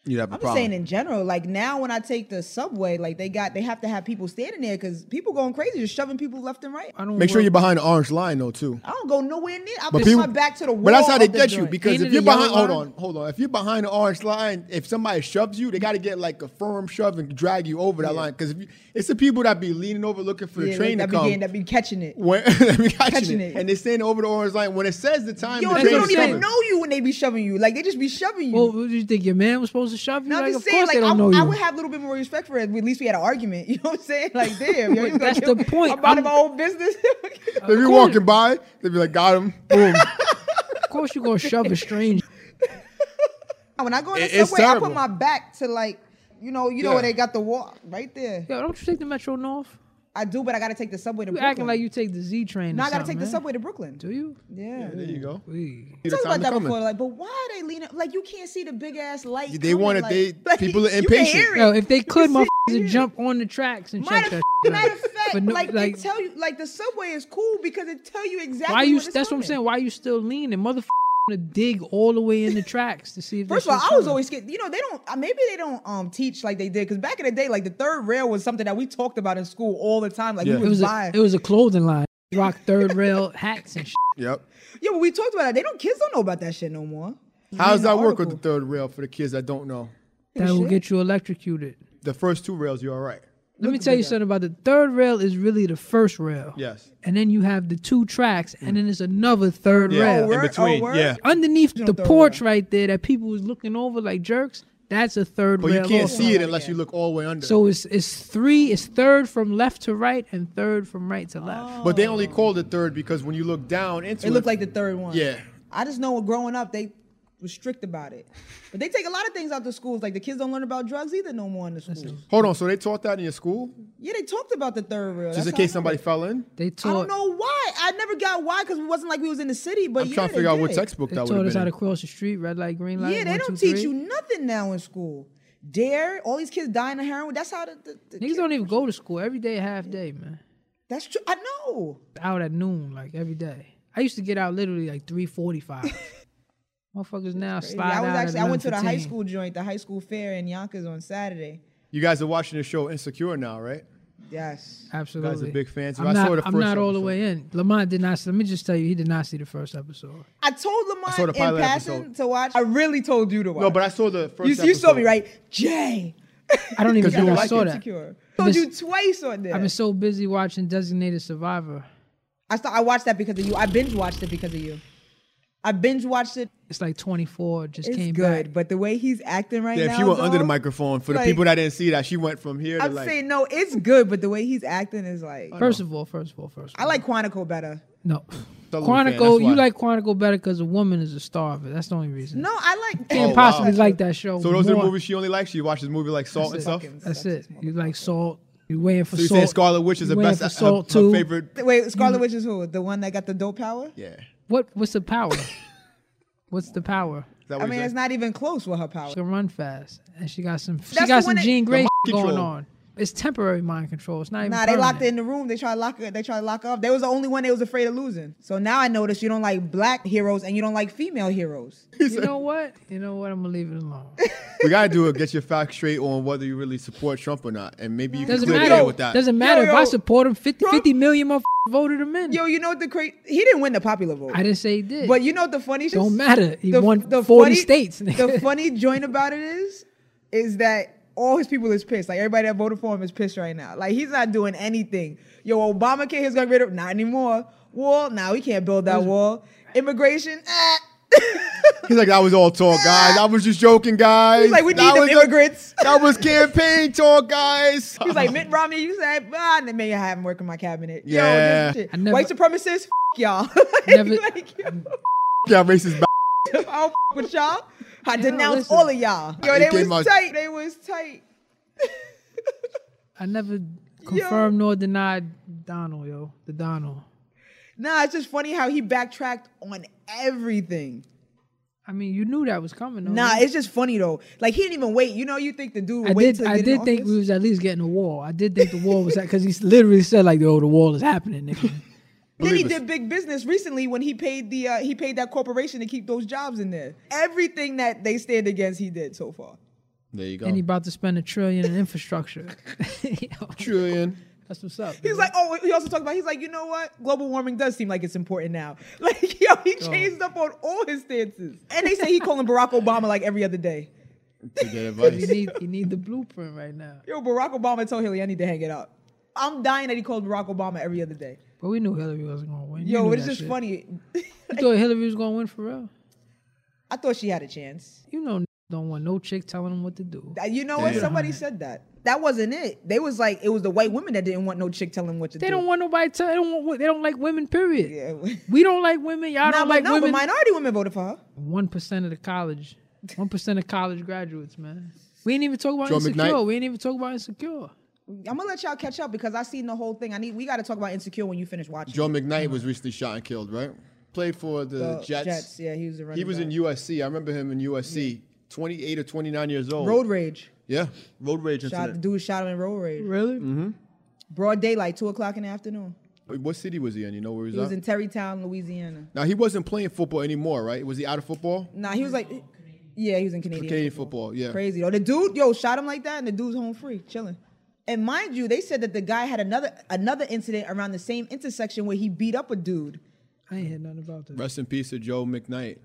You'd have a
I'm just
problem.
saying in general, like now when I take the subway, like they got they have to have people standing there because people going crazy, just shoving people left and right.
I don't
Make sure you're behind the orange line though too.
I don't go nowhere near. I
But
put
people-
my back to the wall.
But that's how they
of the
get you
joint.
because if you're behind, hold on, hold on. If you're behind the orange line, if somebody shoves you, they got to get like a firm shove and drag you over that line. Because if you, it's the people that be leaning over looking for
yeah,
the train
that
to
be
come.
getting- that be catching it.
when they be catching,
Catching
it.
it.
and they stand over the orange line when it says the time.
Yo,
the
and
train
people don't
is
even
coming.
know you when they be shoving you. Like they just be shoving you.
Well, what do you think your man was supposed to shove you?
No, I'm
like,
just
of
saying,
course
like,
they
I,
don't know
I
you.
would have a little bit more respect for it. At least we had an argument. You know what I'm saying? Like, damn, yo, he's gonna
That's
kill me.
the point.
I'm about
I'm-
my own business.
They be walking by, they be like, "Got him!" Boom.
of course you're gonna shove a stranger.
when I go in the
It- it's
subway, I
terrible.
put my back to like, you know, you know
Yeah.
where they got the wall right there.
Yo, don't you take the Metro North?
I do, but I gotta take the subway to
You
Brooklyn.
acting like you take the Z train.
no,
or
I gotta take
something,
the
man.
subway to Brooklyn.
Do you?
Yeah.
there you go.
We
The
talked
time
about
to
that
coming.
before, like, but why are they leaning? Like, you can't see the big ass light.
They
coming,
want it.
like-
They
like,
people are
you can
impatient.
hear it.
Yo, if they could,
You
motherfuckers
can
would jump on the tracks and check
Matter,
that.
of-
shit out.
matter of fact,
But no-
like,
like-
they tell you, like the subway is cool because it tell you exactly.
Why you?
when it's
That's what I'm
coming.
saying. Why you still leaning? Motherfucker, gonna dig all the way in the tracks to see if. that
First of all,
shit's
I was
coming.
always scared. You know, they don't. uh, Maybe they don't um teach like they did because back in the day, like the third rail was something that we talked about in school all the time. Like
Yeah.
we
It
would
was
buy.
a, it was a clothing line. Rock third rail hats and shit.
Yep.
yeah, but we talked about that. They don't. Kids don't know about that shit no more.
How does
Reading
that
the
work with the third rail for the kids that don't know?
That will get you electrocuted.
The first two rails, you're all right.
Let me tell you something about the third rail is really the first rail.
Yes.
And then you have the two tracks, and then there's another third
Yeah,
rail.
in word? between, Oh, word? yeah.
Underneath
You
the
don't third
porch right there that people was looking over like jerks, that's a third
But
rail.
you can't
also.
see it unless you look all the way under.
So it's it's three, it's third from left to right and third from right to
Oh.
left.
but they only called it third because when you look down into
It looked like the third one.
Yeah.
I just know growing up they was strict about it, but they take a lot of things out the schools. Like the kids don't learn about drugs either no more in the schools.
Hold on. So they taught that in your school
Yeah, they talked about the third rail.
just
That's
in
how
case
I
somebody
know.
fell in.
They
I don't
taught
know why. I never got why because it wasn't like we was in the city. But
I'm
yeah,
trying to
they
figure out
did.
what textbook
they
that
taught
would have
us
been.
how to
in.
cross the street, red light, green light.
Yeah, they
one,
don't
two,
teach
three.
you nothing now in school. Dare all these kids dying of heroin. That's how the, the, the
Niggas don't even go to school every day, half day, man.
that's true. I know.
Out at noon, like every day. I used to get out literally like three forty-five. Motherfuckers now
Crazy.
slide
I was
out.
actually
at
I went to the high
11:15.
school joint, the high school fair in Yonkers on Saturday.
You guys are watching the show Insecure now, right?
Yes.
Absolutely.
big fans.
I'm
I
not,
saw the
I'm
first
not all the
episode.
way in. Lamont did not. see- Let me just tell you, he did not see the first episode.
I told
I saw the
Lamont in
pilot
passing
episode.
to watch. I really told you to watch.
No, but I saw the first.
you, you saw me
episode.
right, Jay.
I don't even
'Cause you
think I
like
saw
it.
that.
Secure.
I've
Told
been-
you twice on
I've been
that.
so busy watching Designated Survivor.
I saw, I watched that because of you. I binge watched it because of you. I binge watched it.
It's like 24 just
It's
came
good,
back.
but the way he's acting right
Yeah,
now.
if you went under the
dog,
microphone for the
like-
people that didn't see that, she went from here to
I'm
like.
saying no, it's good, but the way he's acting is like.
First of all, first of all, first of
I
all.
like Quantico better.
No.
Southern fan, that's
Quantico,
why.
you like Quantico better because a woman is a star of it. That's the only reason.
No, I
Oh,
like.
Can't possibly like that show.
So those are the
more.
movies she only likes. She watches movies like Salt and stuff.
That's it. You like Salt. You waiting for
So you
Salt.
saying Scarlet Witch is
You
the
waiting
best? uh,
for
Her,
Salt
her
too.
favorite.
Wait, Scarlet Witch is who? The one that got the dope power?
Yeah. Is
What? What's the power? What's the power?
that what
I
you
mean,
said?
it's not even close with her power.
She can run fast, and she got some. She
That's the
got some
one that-
Jean Grey
mind
shit going
control.
on. It's temporary mind control. It's not even.
Nah, they locked her in the room. They tried to lock her. They tried to lock her up. They was the only one they was afraid of losing. So now I notice you don't like black heroes and you don't like female heroes.
You know what? You know what? I'm gonna leave it alone.
we gotta do it. Get your facts straight on whether you really support Trump or not, and maybe you
Doesn't
can clear the
matter.
air with that.
Doesn't matter if I support him. 50, 50 million motherfuckers voted him in.
Yo, you know what the crazy? He didn't win the popular vote.
I didn't say he did.
But you know what the funny?
Don't matter. He won 40 states, nigga.
The funny joint about it is, is that all his people is pissed. Like everybody that voted for him is pissed right now. Like he's not doing anything. Yo, Obamacare is gonna rid of not anymore. Wall, now nah, we can't build that wall. Immigration, ah.
He's like, that was all talk, guys. I was just joking, guys.
He's like, we
That
need them
was a-
immigrants.
that was campaign talk, guys.
He's like, Mitt Romney, you said, ah, and then maybe I have him work in my cabinet. Yo,
Yeah.
this shit.
I never-
White supremacists, f- y'all.
never,
like, yo,
yeah, racist. b-
I don't f- with y'all. I denounce
listen.
all of y'all. Yo,
He
they
came
was
out-
tight. They was tight.
I never confirmed nor denied Donald, yo. The Donald.
Nah, it's just funny how he backtracked on everything.
I mean, you knew that was coming. though,
Nah,
man.
it's just funny though. Like he didn't even wait. You know, you think the dude
I
wait
did.
till he
I
get in
did think
office?
we was at least getting a wall. I did think the wall was because he literally said like, "Oh, the wall is happening." Nigga.
Then he
Believe us.
did big business recently when he paid the uh, he paid that corporation to keep those jobs in there. Everything that they stand against, he did so far.
There you go.
And he about to spend a trillion in infrastructure.
trillion.
That's what's up.
He's like, oh, he also talked about. He's like, you know what? Global warming does seem like it's important now. Like, yo, he changed up on all his stances. And they say he calling Barack Obama like every other day.
To get
you
advice.
need you need the blueprint right now.
Yo, Barack Obama told Hillary I need to hang it up. I'm dying that he called Barack Obama every other day.
But we knew Hillary wasn't gonna win. You
Yo,
knew
it's
that
just
shit.
funny.
You thought Hillary was gonna win for real?
I thought she had a chance.
You know, n- don't want no chick telling them what to do.
Uh, You know what?
Damn.
Somebody said that. That wasn't it. They was like, it was the white women that didn't want no chick telling them what to
They
do.
don't want nobody. Tell, they don't want. They don't like women. Period. We don't like women. Y'all
Nah,
don't
but
like
no, but
women.
minority women voted for her.
One percent of the college. One percent of college graduates, man. We ain't even talk about
Joe
insecure.
McKnight.
We ain't even talk about insecure.
I'm gonna let y'all catch up because I seen the whole thing. I need. We got to talk about insecure when you finish watching.
Joe McKnight was recently shot and killed, right? Played for the,
The
Jets.
Uh, Jets, yeah, he was a running
He was in
back.
USC. I remember him in USC. 28 or 29 years old.
Road rage.
Yeah, road rage
Shot, the
incident.
dude shot him in road rage.
Really?
Mm-hmm.
Broad daylight, two o'clock in the afternoon.
What city was he in? You know where he was,
He was
at?
in Terrytown, Louisiana.
now he wasn't playing football anymore, right? Was he out of football?
Nah, he was like, yeah, he was in Canadian.
Canadian football, yeah.
Crazy though. The dude, yo, shot him like that, and the dude's home free, chilling. And mind you, they said that the guy had another another incident around the same intersection where he beat up a dude.
I ain't heard nothing about that.
Rest in peace to Joe McKnight.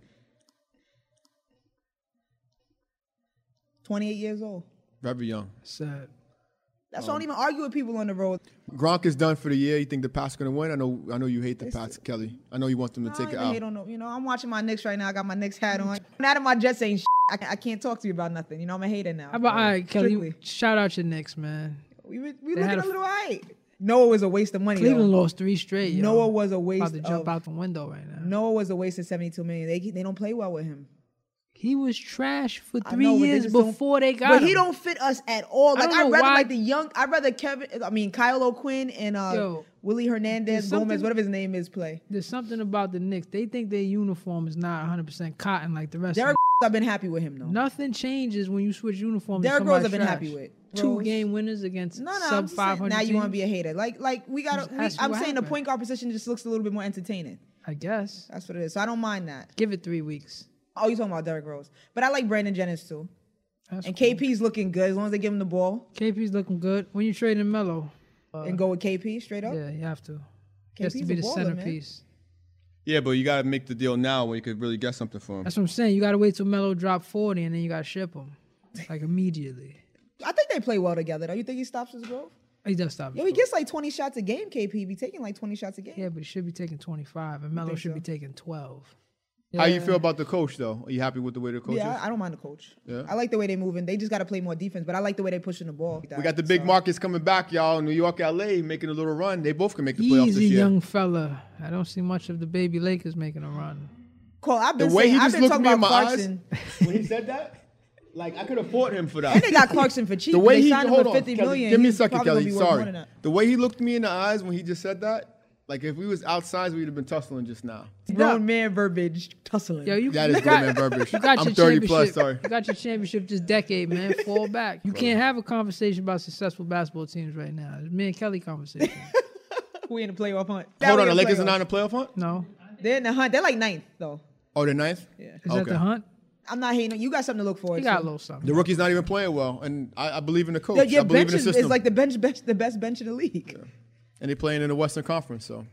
Twenty eight years old.
Very young.
Sad.
That's why
Oh.
I don't even argue with people on the road.
Gronk is done for the year. You think the Pats gonna win? I know. I know you hate the Pats, Kelly. I know you want them to
I
take
don't
it
even hate
out.
on no, you know, I'm watching my Knicks right now. I got my Knicks hat on. Now that my Jets ain't shit, I, ca- I can't talk to you about nothing. You know, I'm a hater now.
How about all right, Kelly?
Strictly.
Shout out your Knicks, man.
We, were- we
They
looking
had
a,
a-
little right. Noah was a waste of money. though.
Cleveland lost three straight. Yo.
Noah was a waste
About to jump
of-
out the window right now.
Noah was a waste of 72 million. They they don't play well with him.
He was trash for
I
three
know, but they
years
just don't-
before they got
But
him.
he don't fit us at all.
I
Like
don't
I
know
would rather
why-
like the young. I would rather Kevin. I mean Kyle O'Quinn and uh,
Yo,
Willie Hernandez
there's
Gomez,
something-
whatever his name is, play.
There's something about the Knicks. They think their uniform is not 100 percent cotton like the rest.
Derrick
of
I've been happy with him though.
them. Nothing changes when you switch uniforms.
Derrick Rose
somebody
I've been
trash.
happy with.
Two
Rose.
game winners against
No, no, I'm
sub
just saying,
500.
now you want to
teams.
be a hater. Like, like we got.
Just
to I'm
ask you
saying
what
the
happened.
point guard position just looks a little bit more entertaining.
I guess
that's what it is. So I don't mind that.
Give it three weeks.
Oh, you talking about Derrick Rose? But I like Brandon Jennings too.
That's
and KP's looking good as long as they give him the ball.
KP's looking good. When you trade in Melo,
and go with KP straight up.
Uh, Yeah, you have to. He has
KP's
to be
a
the
baller, man.
centerpiece.
Yeah, but you gotta make the deal now where you could really get something for him.
That's what I'm saying. You got to wait till Melo drop 40 and then you got to ship him like immediately. Oh,
I think they play well together. though. you think he stops his growth?
He does stop. his
Yo, he
growth.
gets like 20 shots a game. KP be taking like 20 shots a game.
Yeah, but he should be taking 25, and Melo
think
should
so?
be taking 12.
How you feel about the coach though? Are you happy with the way the coach
yeah,
is?
I, I don't mind the coach.
Yeah.
I like the way they moving. They just got to play more defense, but I like the way they pushing the ball.
we got the big markets coming back, y'all. New York, LA making a little run. They both can make the playoffs
He's a
this year.
young fella. I don't see much of the baby Lakers making a run.
Cole, I've
the
been
way
saying,
he
I've
just
been
looked
talking
me in
about
my
Clarkson.
eyes when he said that, like I could afford him for that.
And they got Clarkson for cheap.
The way
they
he
signed
hold
him
on,
for 50
Kelly,
million.
Give me a
He's
second,
probably gonna
Kelly.
be worth more than
Sorry.
that.
The way he looked me in the eyes when he just said that, Like if we was outside, we'd have been tussling just now.
Grown man verbiage tussling.
Yo, you,
That
you
is
got,
grown man verbiage.
You got
I'm
your
30
30
plus, sorry.
You got your championship this decade, man. Fall back. You can't have a conversation about successful basketball teams right now. It's me and Kelly conversation.
we in the playoff hunt.
Hold
Now
on,
we
the
in
Lakers are
playoffs.
not in the playoff hunt.
No.
They're in the hunt. They're like ninth though.
Oh, they're ninth. Yeah.
Is that the hunt?
I'm not hating. on- You got something to look forward
You
to.
got a little something.
The rookie's not even playing well, and I, I believe in the coach.
Your- your
I believe
bench
in the
is,
system.
is like the bench, best, the best bench in the league.
and they're playing in the Western Conference, so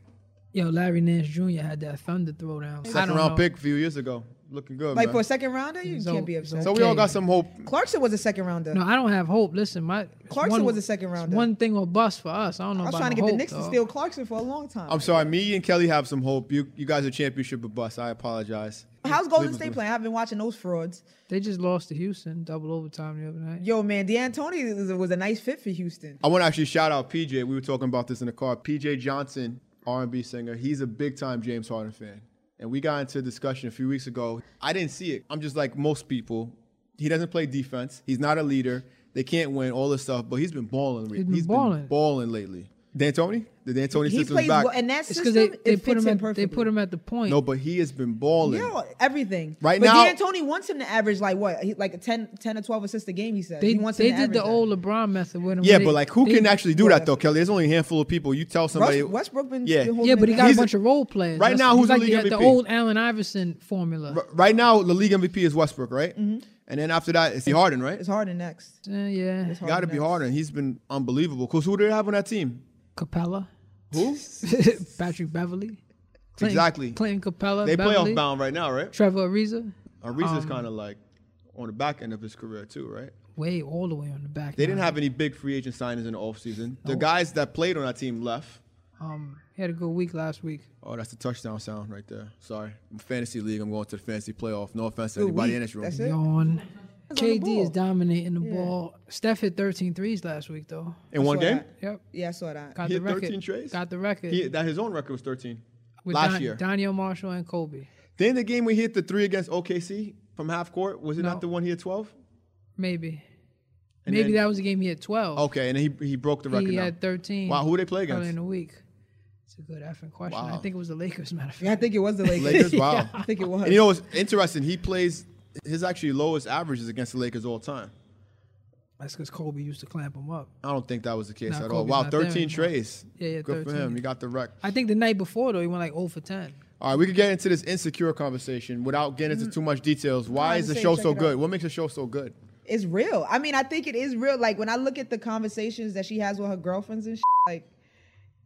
Yo, Larry Nance Jr. had that thunder throwdown. I
second
don't
round
know.
pick a few years ago, looking good.
Like
man.
for a second rounder, you
So-
can't be upset.
so we all got some hope.
Clarkson was a second rounder.
No, I don't have hope. Listen, my it's
Clarkson
one-
was a second
it's
rounder.
One thing or bust for us. I don't know
I was
about
trying to get
no
the
hope,
Knicks to
dog.
steal Clarkson for a long time.
I'm sorry, me and Kelly have some hope. You you guys are championship of bust. I apologize.
How's Golden
Cleveland's
State
losing.
playing? I've been watching those frauds.
They just lost to Houston, double overtime the other night.
Yo, man, D'Antoni was- was a nice fit for Houston.
I want to actually shout out PJ. We were talking about this in the car. PJ Johnson, R&B singer. He's a big time James Harden fan. And we got into a discussion a few weeks ago. I didn't see it. I'm just like most people. He doesn't play defense. He's not a leader. They can't win all this stuff, but he's been balling.
He's been balling.
balling lately. D'Antoni, the D'Antoni
He
system's
plays
back.
well, and that
It's because
system
they,
it
they put
fits
him
him
at they
perfectly.
put him at the point.
no, but he has been balling.
Yeah, everything.
Right
but
now-
D'Antoni wants him to average like what, he, like a 10, 10 or twelve assists a game. He said
They,
he wants.
they
him to
did the
average that.
old LeBron method with him.
Yeah,
They-
but like, who
they-
can actually do that though, Kelly? There's only a handful of people. You tell
Russ-
somebody.
Westbrook been
Yeah.
been holding
Yeah, but he
him
got
He's a-
a bunch of role players.
right now,
he's
who's the
like
league
at the
MVP?
old Allen Iverson formula.
R- Right now, the league MVP is Westbrook, right? And then after that, it's Harden, right?
Mm-hmm. It's Harden next.
Eh, yeah,
Got to be Harden. He's been unbelievable. Cause who do they have on that team?
Capella,
Who?
Patrick Beverly,
exactly.
Clinton Capella.
They
Beverly,
playoff bound right now, right?
Trevor Ariza,
Ariza's
Um,
kind of like on the back end of his career too, right?
way all the way on the back.
They didn't
line.
have any big free agent signings in the offseason. The guys that played on that team left.
Um, he had a good week last week.
Oh, that's the touchdown sound right there. Sorry, I'm fantasy league. I'm going to the fantasy playoff. No offense to
Good
anybody
week.
in this room.
That's it.
Yawn.
It's on the
KD is
ball.
dominating the ball. Steph hit 13 threes last week though.
In one
Saw
game,
that.
Yep,
Yeah, I saw that.
got
he
the
had
record.
13 trays.
Got the record
He, that his own record was 13
with
last
Don-
year.
Daniel Marshall and Kobe.
Then the game we hit the three against OKC from half court was it not the one he had 12?
Maybe,
And
maybe
then-
that was a game he had 12.
Okay, and then he he broke the record.
He
now.
had 13.
Wow, who they play
Early in
against?
the week. It's a good effing question. I
Wow.
think it was the Lakers, matter of fact.
Yeah, I think it was the Lakers.
Lakers. Wow.
I think it was.
And you know what's interesting? He plays his actually lowest average is against the Lakers all time.
That's because Kobe used to clamp him up.
I don't think that was the case
Nah,
at all.
Kobe's
Wow,
not there
13
anymore.
trays.
Yeah, yeah,
Good for
13.
him. He got the wreck.
I think the night before, though, he went like 0 for 10.
All right, we could get into this insecure conversation without getting into too much details. Why
on,
is the
Mm. say it,
show
check
so
it out.
good? What makes the show so good?
it's real. I mean, I think it is real. Like when I look at the conversations that she has with her girlfriends and shit, like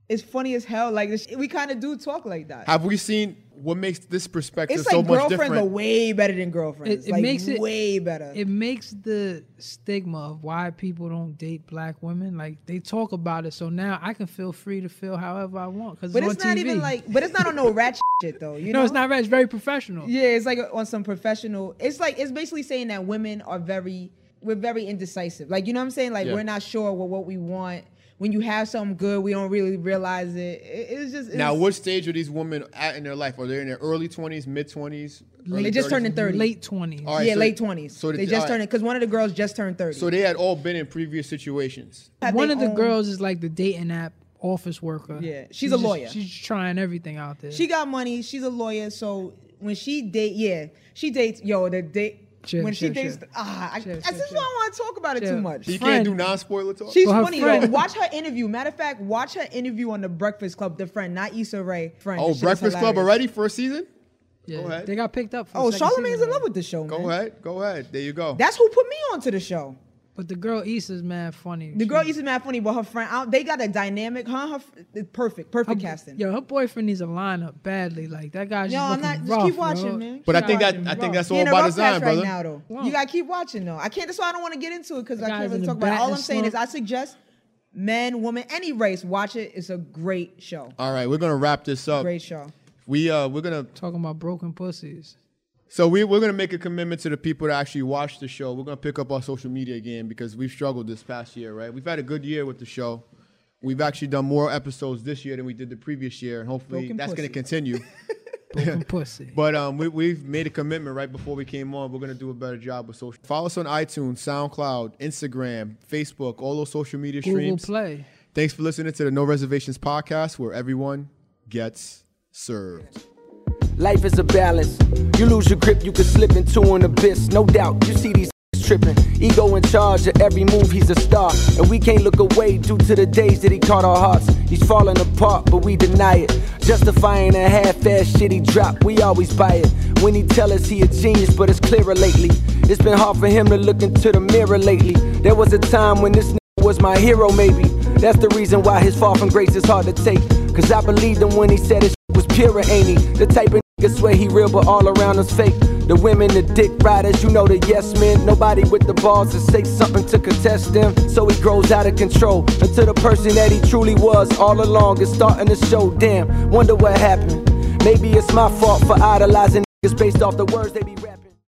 it's funny as hell. Like this- we kind of do talk like that.
Have we seen what makes this perspective
it's
so
like
much
girlfriends are
different?
way better than girlfriends.
It- it
like
makes it-
way better.
It makes the stigma of why people don't date black women, like, they talk about it. So now I can feel free to feel however I want because
but
it's,
it's,
on
not
TV.
even like. But it's not on no ratchet shit though. You
no,
know,
it's not right. It's very professional.
Yeah, it's like on some professional. It's like it's basically saying that women are very we're very indecisive. Like you know what I'm saying? Like
Yeah.
we're not sure what what we want. When you have something good, we don't really realize it. it it's just it's,
Now, what stage are these women at in their life? Are they in their early 20s, mid 20s?
They just turned in 30.
Late 20s.
All right,
yeah,
so-
late twenties.
so
So
the-
they just
all
turned
right.
it because one of the girls just turned thirty.
So they had all been in previous situations.
Had
One
they
of the
own-
girls is like the dating app office worker.
Yeah, she's a
just-
lawyer.
She's trying everything out there.
she got money. She's a lawyer, so when she date, yeah, she dates. Yo, the date
Chill,
when she
chill,
dates.
chill.
Ah, I,
Chill,
this
chill,
is
chill.
why I want to talk about it
Chill.
too much.
He
Friend.
can't do non spoiler talk.
She's
Well, her
funny though.
friend-
Watch her interview. Matter of fact, watch her interview on the Breakfast Club. The friend, not Issa Rae. Friend.
oh,
This shit is
Breakfast Club
hilarious.
already first season?
yeah,
go ahead.
They got picked up. For
Oh,
the second
Charlamagne's
season.
in love with the show. Man.
Go ahead, go ahead. There you go.
That's who put me onto the show.
But the girl Issa's mad funny.
The girl
She-
used to be mad funny, but her friend, I don't- they got a dynamic, huh? Her, f- perfect, perfect casting.
Yo, her boyfriend needs a lineup badly. Like that guy's
No,
just
I'm
looking
not.
rough,
Just keep watching,
bro.
man.
but I
Keep
think that
watching.
I think that's
He
all
in a
by
rough patch
design,
right
brother.
now, though.
Wow.
You gotta keep watching, though. I can't. That's why I don't want to get into it because I
Guys
can't
in
really
the
talk about it. All
batting
I'm saying is, I
slump.
suggest men, women, any race, watch it. It's a great show.
all right, we're gonna wrap this up.
Great show.
We uh we're gonna
Talking about broken pussies.
so we we're gonna make a commitment to the people that actually watch the show. We're gonna pick up our social media again because we've struggled this past year, right? We've had a good year with the show. We've actually done more episodes this year than we did the previous year, and hopefully
Broken
that's gonna
pussy.
continue.
Broken pussy.
But um, we, we've made a commitment right before we came on. We're gonna do a better job with social. Follow us on iTunes, SoundCloud, Instagram, Facebook, all those social media
Google
streams.
Play.
Thanks for listening to the No Reservations podcast, where everyone gets served.
Life is a balance. You lose your grip, you can slip into an abyss. No doubt, you see these tripping. Ego in charge of every move, he's a star. And we can't look away due to the days that he caught our hearts. He's falling apart, but we deny it. Justifying a half-ass shit he dropped, we always buy it. When he tell us he a genius, but it's clearer lately. It's been hard for him to look into the mirror lately. There was a time when this nigga was my hero, maybe. That's the reason why his fall from grace is hard to take. Cause I believed him when he said his shit was pure, ain't he? The type of nigga swear he real, but all around us fake. The women, the dick riders, you know the yes men. Nobody with the balls to say something to contest them. So he grows out of control until the person that he truly was all along is starting to show. Damn, wonder what happened. Maybe it's my fault for idolizing niggas based off the words they be rapping.